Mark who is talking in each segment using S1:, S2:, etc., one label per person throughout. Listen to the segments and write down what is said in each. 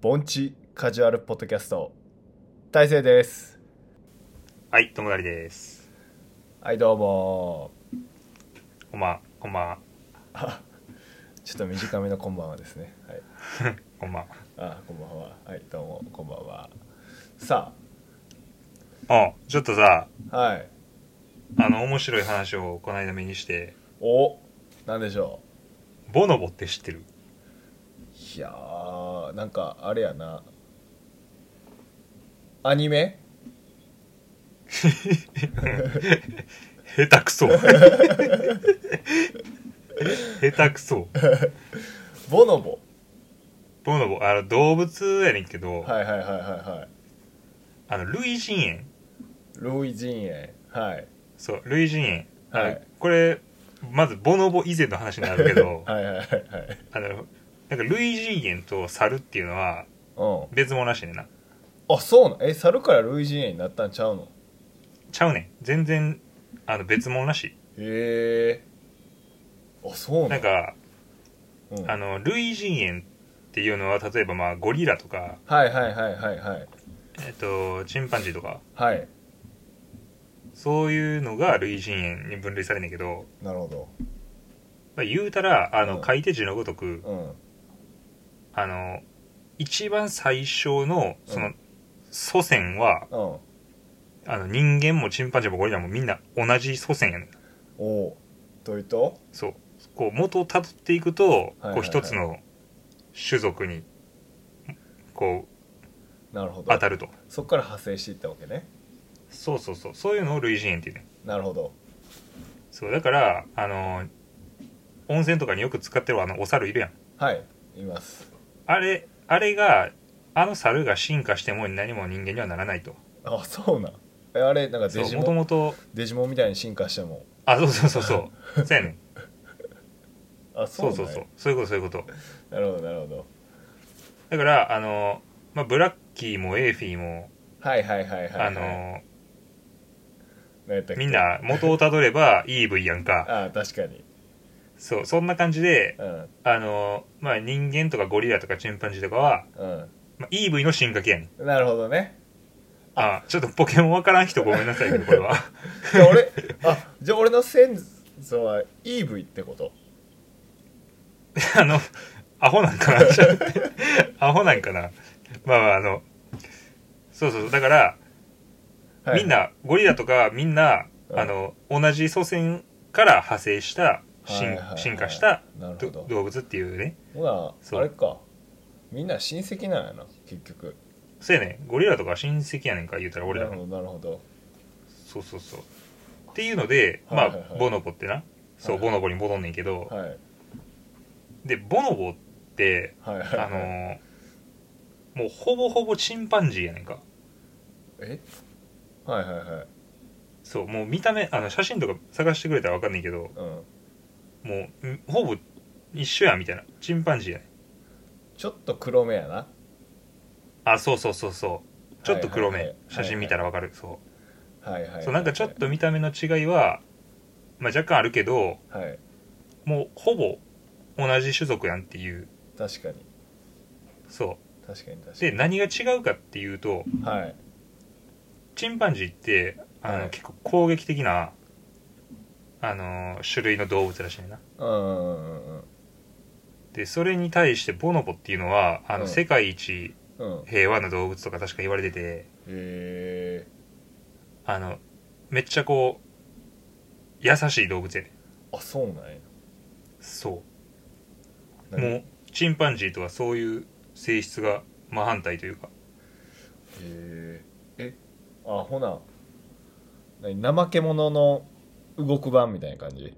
S1: 盆地カジュアルポッドキャスト大成です
S2: はい、ともだりです。
S1: はいどうも
S2: こんばん、こんばん、
S1: あちょっと短めのこんばんはですねはい
S2: こんばん。
S1: あこんばんははいどうもこんばんはさ
S2: あ、ちょっとさ、
S1: あはい
S2: あの、面白い話をこの間目にして、
S1: おなんでしょ
S2: ボノボって知ってる
S1: ういやーなんかあれやなアニメ
S2: 下手くそ。 下手くそ。
S1: ボノボ
S2: ボノボ、あの、動物やねんけど、
S1: はいはいはいはいはい
S2: あの、類人猿。
S1: 類人猿はい
S2: そう、類人猿。
S1: は
S2: はいい、これ、まず、ボノボ以前の話になるけど、
S1: はいはいはいはい
S2: あの、なんか、類人猿と猿っていうのは
S1: う
S2: 別物らしいねんな。
S1: んあそうなんえ猿から類人猿になったんちゃうの
S2: ちゃうねん。全然、あの、別物らし
S1: へえあそう
S2: い。
S1: な
S2: なんんか、
S1: うん
S2: あの類人猿っていうのは例えばまあゴリラとか、
S1: はいはいはいはいはい
S2: えっと、チンパンジーとか
S1: はい
S2: そういうのが類人猿に分類されんねんけど、
S1: なるほど
S2: まあ、言うたらあ
S1: うん
S2: の書いて字のごとく
S1: うん
S2: あの一番最初のそうの祖先は
S1: うん
S2: あの人間もチンパンジーもゴリラもみんな同じ祖先やねん
S1: おおどういうと
S2: そうこう元をたどっていくと
S1: はいはい
S2: こう一つの種族にこう
S1: なるほど
S2: 当たると
S1: そっから派生していったわけね
S2: そうそうそうそういうのを類人猿っていうねん
S1: なるほど
S2: そうだからあの温泉とかによく使ってるあのお猿いるやん
S1: はいいます
S2: あれあれがあの猿が進化しても何も人間にはならないと
S1: あそうなんえあれなんかデジ
S2: もと
S1: モン
S2: もと
S1: デジモンみたいに進化しても
S2: あそうそうそうそ うそうやねん
S1: あそ
S2: そうう
S1: なん
S2: そ
S1: や
S2: うそうそういうことそ
S1: な
S2: ういうこと
S1: るほどなるほど
S2: だからあの、まあ、ブラッキーもエーフィーも、
S1: はいはいはいはいはい
S2: あの
S1: 何やったっけ
S2: みんな元をたどれば EV やんか
S1: あ確かに
S2: そうそんな感じで
S1: うん
S2: あの、まあ、人間とかゴリラとかチンパンジーとかは、
S1: う
S2: まあ、EV の進化系やねん
S1: んなるほどね
S2: あちょっとポケモンわからん人ごめんなさいけどこれは
S1: じゃあ 俺あじゃあ俺の先祖は EV ってこと
S2: あの、アホなんかなちょっとアホなんかなまあまあ、あの、そうそうそう、だから、
S1: はい
S2: みんな、ゴリラとかみんな、
S1: うん
S2: あの、同じ祖先から派生した、
S1: はい
S2: 進
S1: はいはい
S2: 進化した
S1: なる
S2: ど
S1: ほど
S2: 動物っていうね。
S1: ほら
S2: そう
S1: あれかみんな親戚なんやな結局
S2: そうやね、ゴリラとか親戚やねんから言うたら俺ら
S1: なる
S2: の。
S1: ほどなるほど
S2: そうそうそう。っていうので、
S1: はい
S2: ま
S1: はい
S2: あ
S1: はい、
S2: ボノボってな、そ
S1: は
S2: う、
S1: いは
S2: ボノボに戻んねんけど、
S1: はい
S2: で、ボノボって、
S1: はいはい
S2: あの
S1: はい
S2: ー、もうほぼほぼチンパンジーやねんか。
S1: えはいはいはい
S2: そうもう見た目あの写真とか探してくれたら分かんないけど
S1: うん
S2: もうんほぼ一緒やんみたいなチンパンジーやね
S1: ちょっと黒目やな
S2: あそうそうそうそうちょっと黒目、
S1: はいはいはい
S2: 写真見たら分かる、そ
S1: はいはいは
S2: う
S1: い
S2: そうなんかちょっと見た目の違いは、まあ、若干あるけど
S1: はい
S2: もうほぼ同じ種族やんっていう
S1: 確かに
S2: そ
S1: 確かに確
S2: う
S1: か
S2: で何が違うかっていうと
S1: にはい
S2: チンパンジーってあの、
S1: はい
S2: 結構攻撃的なあの種類の動物らしいねんな
S1: うんうんうんうん
S2: でそれに対してボノボっていうのはあの、
S1: うん
S2: 世界一
S1: うん
S2: 平和な動物とか確か言われてて
S1: へえ
S2: あのめっちゃこう優しい動物やね
S1: あそうなんや
S2: そ
S1: な
S2: うもうチンパンジーとはそういう性質が真反対というか
S1: へええあほな何怠け者の動く版みたいな感じ違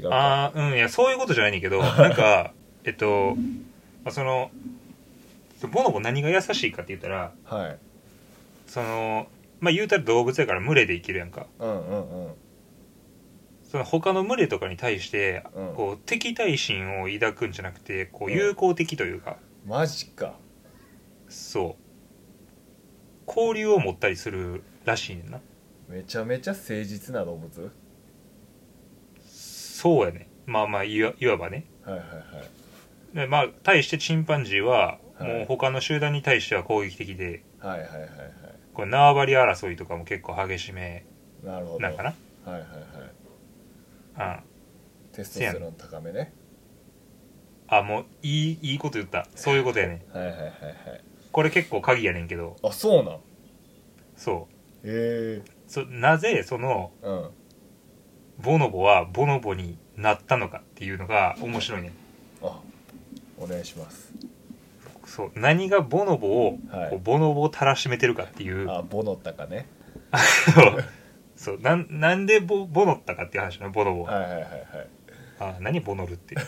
S1: うか
S2: ああーうんいやそういうことじゃないねん けどなんかえっと、まあ、そのボノボ何が優しいかって言ったら
S1: はい
S2: そのまあ言うたら動物やから群れで生きるやんか
S1: うんうんうん
S2: その他の群れとかに対して、
S1: うん
S2: こう敵対心を抱くんじゃなくてこ
S1: う
S2: うん友好的というか、
S1: マジか
S2: そう交流を持ったりするらしいねんな
S1: めちゃめちゃ誠実な動物
S2: そうやねまあまあいわいわばね
S1: はいはいはい
S2: でまあ対してチンパンジーは
S1: はい
S2: もう他の集団に対しては攻撃的で、
S1: はいはいはいは
S2: これ縄張り争いとかも結構激しめ
S1: いなるほど
S2: なんかな
S1: はいはいはい
S2: あ
S1: テストステロン高めね
S2: あもういいいいこと言ったそういうことやね
S1: はいはいはいはい
S2: これ結構鍵やねんけど
S1: あそうなん
S2: そう
S1: へえ
S2: そなぜその
S1: うん
S2: ボノボはボノボになったのかっていうのが面白いねん
S1: あお願いします
S2: そう何がボノボを、
S1: はい
S2: こうボノボをたらしめてるかっていう
S1: あボノタかね
S2: そうそうなんなんでボボノったかっていう話なのボノボは、
S1: はいはいはいはい
S2: あ何ボノルって
S1: 流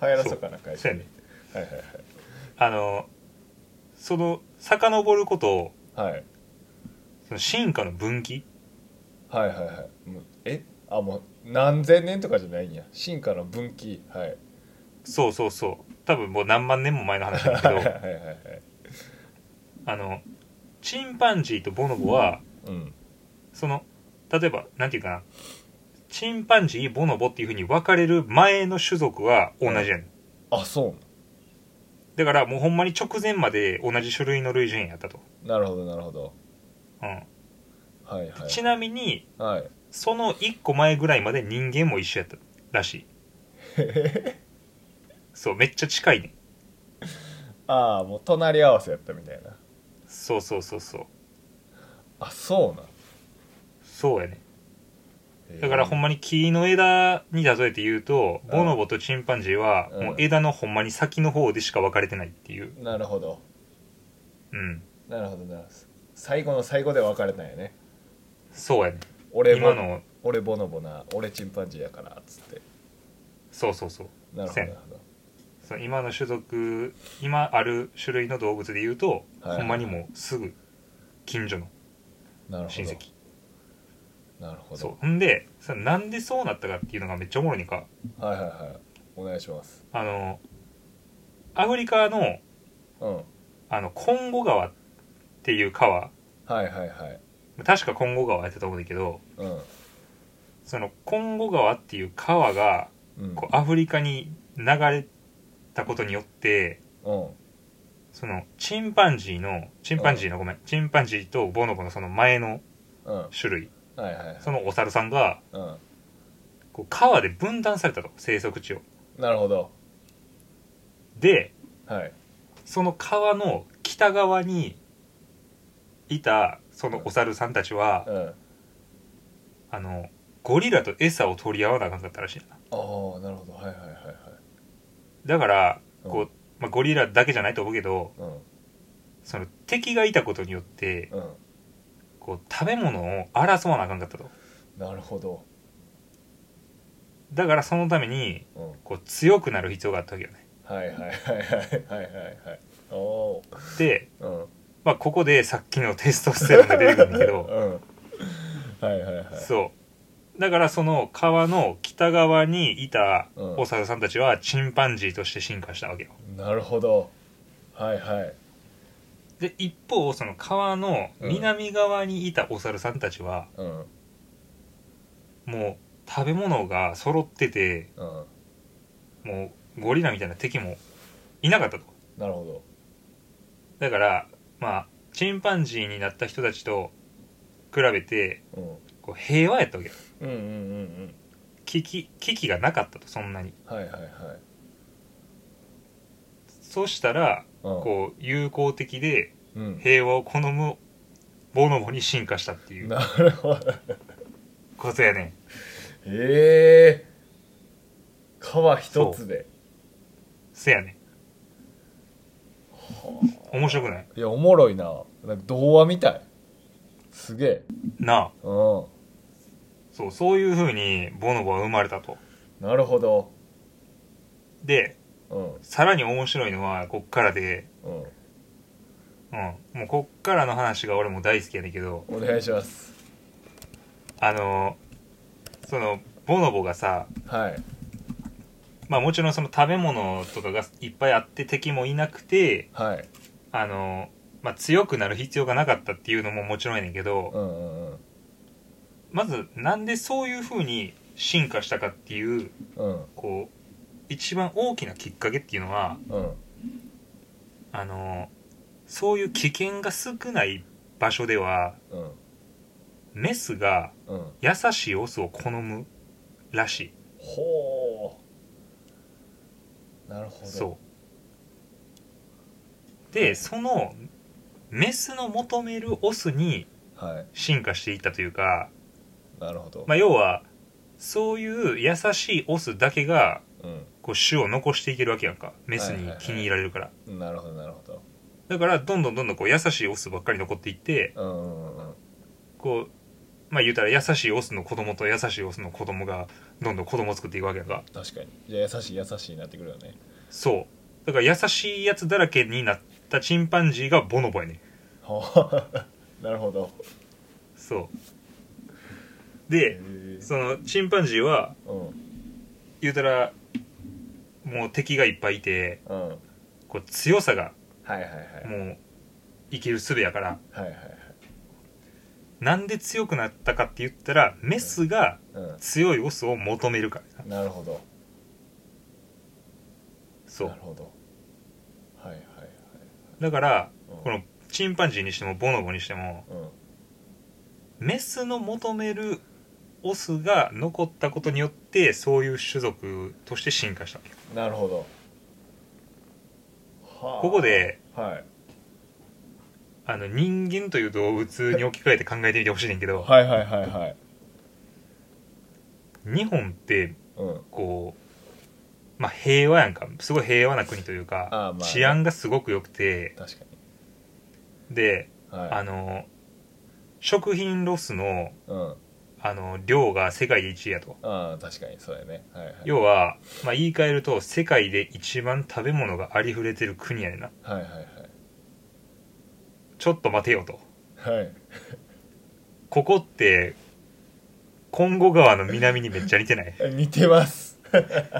S1: 行らそうかな会
S2: そ
S1: 社
S2: うや
S1: に
S2: ね
S1: はいはい
S2: あのその遡ることを
S1: はいはい
S2: その進化の分岐
S1: はいはいはいもうえあもう何千年とかじゃないんや進化の分岐はい
S2: そうそうそう多分もう何万年も前の話だけ
S1: はいはい
S2: ど
S1: はいはい
S2: あのチンパンジーとボノボは
S1: うん
S2: その例えばなんていうかなチンパンジーボノボっていうふうに分かれる前の種族は同じやねん
S1: あそ
S2: だからもうほんまに直前まで同じ種類の類人やったと、
S1: うなるほどなるほど
S2: うん
S1: はいはい
S2: ちなみに
S1: はい
S2: その1個前ぐらいまで人間も一緒やったらしいそうめっちゃ近いね
S1: ああもう隣り合わせやったみたいな
S2: そうそうそうそう
S1: あそうなん
S2: そうやね
S1: へー
S2: だからほんまに木の枝に例えて言うと
S1: うん
S2: ボノボとチンパンジーは
S1: うん
S2: もう枝のほんまに先の方でしか分かれてないっていう
S1: なるほど
S2: うん
S1: なるほどなるほど最後の最後で別れたんやね
S2: そうやね
S1: 俺ボ
S2: 今の
S1: 俺ボノボな俺チンパンジーやからっつって
S2: そうそうそう
S1: なるほ
S2: せ
S1: どな
S2: ん
S1: るほど
S2: その今の種族今ある種類の動物で言うと、
S1: はい
S2: ほんまにもうすぐ近所の
S1: なるほ
S2: 親
S1: ど
S2: 戚
S1: なるほど
S2: そうほんでそのなんでそうなったかっていうのがめっちゃおもろいねんか
S1: はいはいはいお願いします
S2: あのアフリカの
S1: うんはい
S2: あのコンゴ川っていう
S1: は
S2: 川
S1: いはい
S2: 確かコンゴ川やったと思うんだけど
S1: うん
S2: そのコンゴ川っていう川が
S1: うん
S2: こうアフリカに流れたことによって
S1: うん
S2: そのチンパンジーのチンパンジーのごめんチンパンジーとボノボのその前の
S1: うんはい
S2: 種類
S1: はいはい
S2: そのお猿さんが
S1: うん
S2: こう川で分断されたと生息地を
S1: なるほど
S2: で
S1: はい
S2: その川の北側にいたそのお猿さんたちは
S1: うん
S2: あのゴリラと餌を取り合わなあかんかったらしいな
S1: ああなるほどはいはいはいはい
S2: だから
S1: うん
S2: こう、まあ、ゴリラだけじゃないと思うけど
S1: うん
S2: その敵がいたことによって
S1: うん
S2: こう食べ物を争わなあかんかったと
S1: なるほど
S2: だからそのために
S1: うん
S2: こう強くなる必要があったわけよね
S1: はいはいはいはいはいはいはいおお
S2: で、
S1: ーうん
S2: まあ、ここでさっきのテストステロンが出てくるんだ けど
S1: うんはいはいはい
S2: そうだからその川の北側にいた
S1: うん
S2: お猿さんたちはチンパンジーとして進化したわけよ
S1: なるほどはいはい
S2: で一方その川の南側にいたお猿さんたちは
S1: うん
S2: もう食べ物が揃ってて
S1: うん
S2: もうゴリラみたいな敵もいなかったと
S1: なるほ
S2: だからまあチンパンジーになった人たちと比べて
S1: どうん
S2: こう平和やったわけよ
S1: うんうんうん
S2: 危機危機がなかったとそんなに
S1: うんはいはいはい
S2: そうしたら
S1: うん
S2: こう友好的で
S1: うん
S2: 平和を好むボノボに進化したっていう
S1: なるほど
S2: ことやね
S1: ええ川一つで
S2: せやね面白くない
S1: いやおもろいななんか童話みたいすげえ
S2: なあ
S1: うん
S2: そうそういう風にボノボは生まれたと
S1: なるほど
S2: で
S1: うん
S2: さらに面白いのはこっからで
S1: うん
S2: うんもうこっからの話が俺も大好きやねんけど
S1: お願いします
S2: あのそのボノボがさ
S1: はい
S2: まあもちろんその食べ物とかがいっぱいあって敵もいなくて
S1: はい
S2: あのまあ強くなる必要がなかったっていうのももちろんやねんけど、
S1: うんうんうん
S2: まずなんでそういう風に進化したかっていう
S1: うん
S2: こう一番大きなきっかけっていうのは
S1: うん
S2: あのそういう危険が少ない場所では
S1: うん
S2: メスが
S1: うん
S2: 優しいオスを好むらし
S1: ほうなるほ
S2: い
S1: ど
S2: そうでそのメスの求めるオスに
S1: はい
S2: 進化していったというか、
S1: なるほど、
S2: まあ、要はそういう優しいオスだけがこう種を残していけるわけやんかメスに気に入られるから、
S1: うんなるほどなるほど
S2: だからどんどんどんどんこう優しいオスばっかり残っていって
S1: うんうんうん
S2: こうまあ言うたら優しいオスの子供と優しいオスの子供がどんどん子供を作っていくわけやんか
S1: 確かにじゃあ優しい優しいになってくるよね
S2: そうだから優しいやつだらけになったチンパンジーがボノボやねん
S1: ほう なるほど
S2: そうで
S1: へえ
S2: そのチンパンジーは
S1: うん
S2: 言うたらもう敵がいっぱいいて
S1: うんはい
S2: こう強さが
S1: はいはい
S2: もう生きる術やから
S1: はいはいはい
S2: なんで強くなったかって言ったらメスが
S1: う
S2: 強いオスを求めるから
S1: んなるほど
S2: そ
S1: な
S2: う
S1: るほどはいはいはい
S2: だから
S1: うん
S2: このチンパンジーにしてもボノボにしても
S1: うん
S2: メスの求めるオスが残ったことによってそういう種族として進化したわけ
S1: なるほどはあ
S2: ここで
S1: はい
S2: あの人間という動物に置き換えて考えてみてほしいねんけど
S1: はいはいはいはい
S2: 日本って
S1: うん
S2: こう、まあ、平和やんかすごい平和な国というか、
S1: あーまあね
S2: 治安がすごく良くて
S1: 確かに
S2: で、あ
S1: はい
S2: の食品ロスの
S1: うん
S2: あの量が世界で1位やと
S1: ああ確かにそうやねはいはい
S2: 要は、まあ、言い換えると世界で一番食べ物がありふれてる国やねんな
S1: はいはい
S2: ちょっと待てよと
S1: はいはい
S2: ここってコンゴ川の南にめっちゃ似てない
S1: え似てます なるほ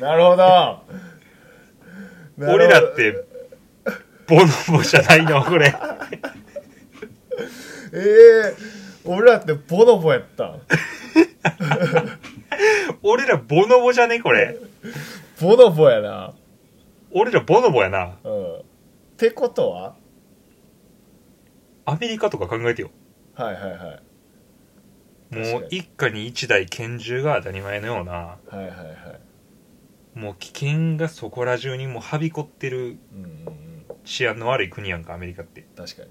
S1: どなるほど
S2: 俺らってボノボじゃないのこれ
S1: ええ俺らってボノボやったん
S2: 俺らボノボじゃねこれ
S1: ボノボやな
S2: 俺らボノボやな
S1: うんってことは
S2: アメリカとか考えてよ
S1: はいはいはい
S2: もう一家に一台拳銃が当たり前のような
S1: はいはいはい
S2: もう危険がそこら中にもうはびこってる
S1: うんうんうん
S2: 治安の悪い国やんかアメリカって
S1: 確かに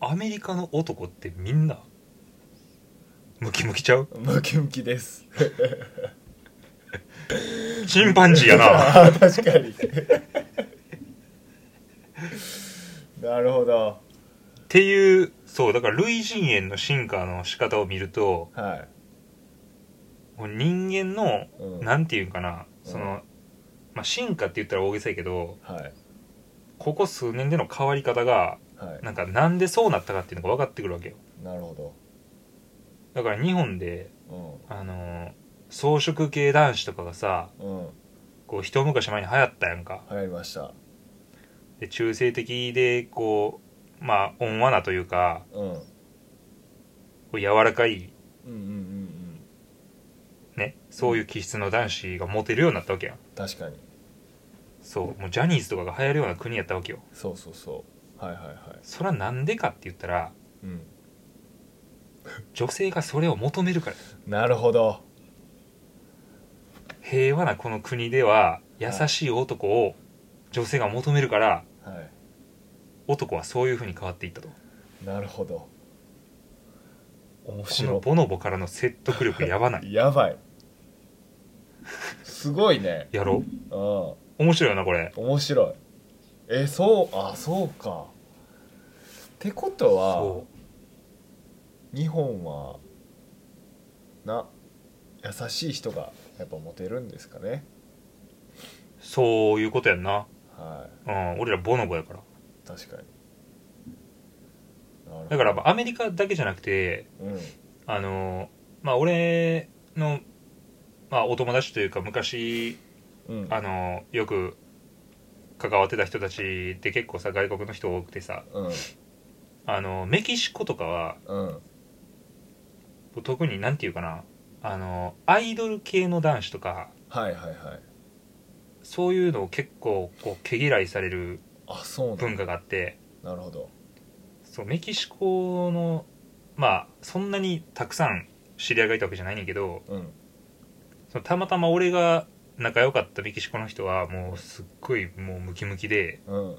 S2: アメリカの男ってみんなムキムキちゃう
S1: ムキムキです
S2: チンパンジーやな
S1: あー確かになるほど
S2: っていうそうだから類人猿の進化の仕方を見ると
S1: は
S2: もう人間の
S1: い、うん、
S2: なんていうんかなその、
S1: う
S2: まあ、進化って言ったら大げさやけど
S1: はい
S2: ここ数年での変わり方が
S1: はい
S2: なんかなんでそうなったかっていうのが分かってくるわけよ
S1: なるほ
S2: だから日本で
S1: ど
S2: あのー草食系男子とかがさ
S1: うんうん
S2: こう一昔前に流行ったやんか
S1: 流行りました
S2: で中性的でこうまあ温和なというか
S1: うんうん
S2: こう柔らかい
S1: うんうんうん
S2: ねそういう気質の男子がモテるようになったわけやん
S1: 確かに
S2: そうもうジャニーズとかが流行るような国やったわけよ
S1: そうそうそうはいはいはい
S2: それはなんでかって言ったら
S1: うん
S2: 女性がそれを求めるから
S1: なるほど
S2: 平和なこの国では優しい男を女性が求めるから
S1: は
S2: 男はそういう風に変わっていったと
S1: いなるほど面
S2: この
S1: 白
S2: ボノボからの説得力やばない
S1: いやばいすごいね
S2: やろ
S1: うん
S2: う面白いよなこれ
S1: 面白いえそうあそうかってことは
S2: そ
S1: 日本はな優しい人がやっぱモテるんですかね
S2: うそういうことやんな
S1: は
S2: うん俺らボノボやから
S1: い確かになるほど
S2: だからまあアメリカだけじゃなくて
S1: うん
S2: あのまあ俺のまあお友達というか昔
S1: うん
S2: あのよく関わってた人たちって結構さ外国の人多くてさ
S1: うん
S2: あのメキシコとかは
S1: うん
S2: 特になんていうかなあのアイドル系の男子とか
S1: はいはいはい
S2: そういうのを結構こう毛嫌いされる
S1: あそうなん
S2: 文化があって
S1: なるほど
S2: そうメキシコのまあそんなにたくさん知り合いがいたわけじゃないねんけど
S1: うん
S2: そのたまたま俺が仲良かったメキシコの人はもうすっごいもうムキムキで
S1: うん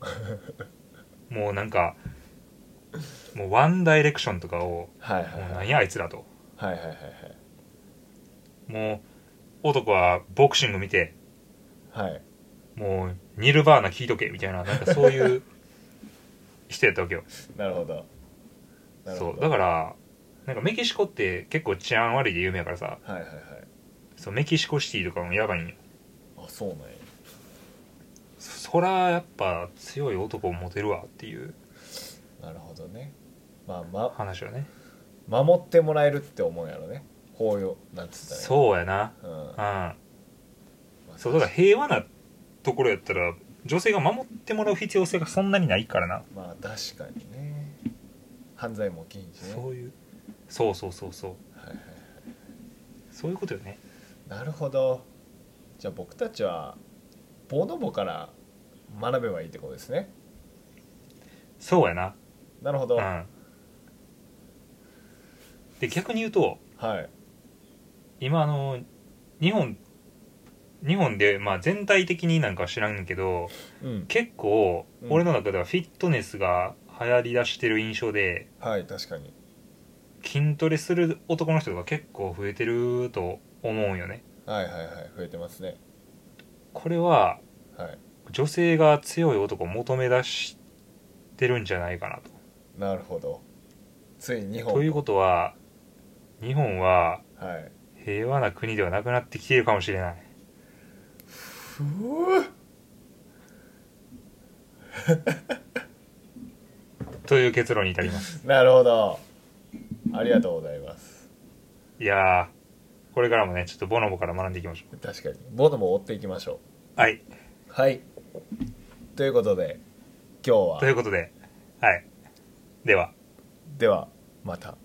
S2: もうなんかもうワンダイレクションとかを
S1: はいはい
S2: もう
S1: は
S2: 何
S1: い
S2: やあいつらと
S1: はいはいはいはい
S2: もう男はボクシング見て
S1: はい
S2: もうニルバーナ聞いとけみたいななんかそう いう人やったわけよ
S1: なるほどなるほ
S2: そ
S1: ど
S2: うだからなんかメキシコって結構治安悪いで有名やからさ
S1: はいはいはい
S2: そうメキシコシティとかもやばいんよ
S1: あそうなんや
S2: そそらやっぱ強い男をモテるわっていう
S1: なるほどねまあ、ま
S2: 話はね
S1: 守ってもらえるって思うんやろね法要なんつったらいいの
S2: そうやな
S1: うん
S2: うん
S1: まあ
S2: そうだから平和なところやったら女性が守ってもらう必要性がそんなにないからな
S1: まあ確かにね犯罪も禁止ね
S2: そういうそうそうそうそう
S1: はいはい
S2: そういうことよね
S1: なるほどじゃあ僕たちはボノボから学べばいいってことですね
S2: そうやな
S1: なるほど、
S2: う
S1: は
S2: んで逆に言うと
S1: い
S2: 今あの日本日本で、まあ、全体的になんかは知らんけど
S1: うん
S2: 結構
S1: うん
S2: 俺の中ではフィットネスが流行りだしてる印象で
S1: はい確かに
S2: 筋トレする男の人が結構増えてると思うんよね
S1: はいはいはい増えてますね
S2: これは
S1: はい
S2: 女性が強い男を求め出してるんじゃないかなと
S1: なるほどついに日本
S2: ということは日本は
S1: はい
S2: 平和な国ではなくなってきているかもしれない
S1: ふぅ
S2: という結論に至ります
S1: なるほどありがとうございます
S2: いやーこれからもねちょっとボノボから学んでいきましょ
S1: 確かにボノボを追っていきましょ
S2: うはいう
S1: はいということで今日
S2: とい
S1: は
S2: うことではいでは
S1: ではまた